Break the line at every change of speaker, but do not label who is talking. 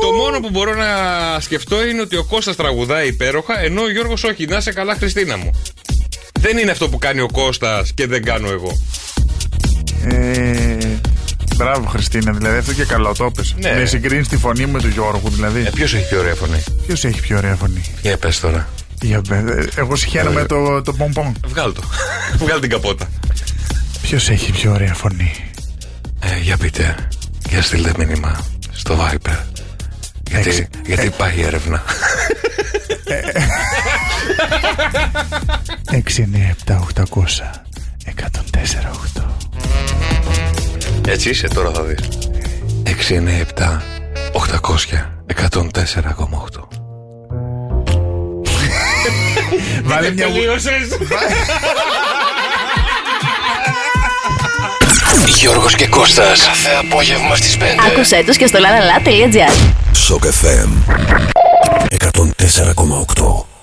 Το μόνο που μπορώ να σκεφτώ είναι ότι ο Κώστας τραγουδάει υπέροχα, ενώ ο Γιώργος όχι. Να σε καλά, Χριστίνα μου. Δεν είναι αυτό που κάνει ο Κώστας και δεν κάνω εγώ.
Ε, Μπράβο, Χριστίνα, δηλαδή αυτό και καλό το έπες.
Ναι.
Με συγκρίνεις τη φωνή με του Γιώργου, δηλαδή.
Ε, Ποιος έχει πιο ωραία φωνή.
Ποιος έχει πιο ωραία φωνή.
Για πες τώρα.
Για, ε, εγώ συχαίνομαι
Ε.
το, το πομπον.
Βγάλ το. Βγάλ την καπότα.
Ποιος έχει πιο ωραία φωνή.
Ε, για πείτε. Για στείλτε μήνυμα στο Viper.
Έξι.
γιατί πάει η έρευνα.
6, 9, 7, 800. 104, 8.
Έτσι είσαι τώρα θα δεις 697 800 104,8
Βάλε μια
Γιώργος και Κώστας. Κάθε απόγευμα στις 5.
Άκουσέ τους και στο lalala.gr
Shock FM 104,8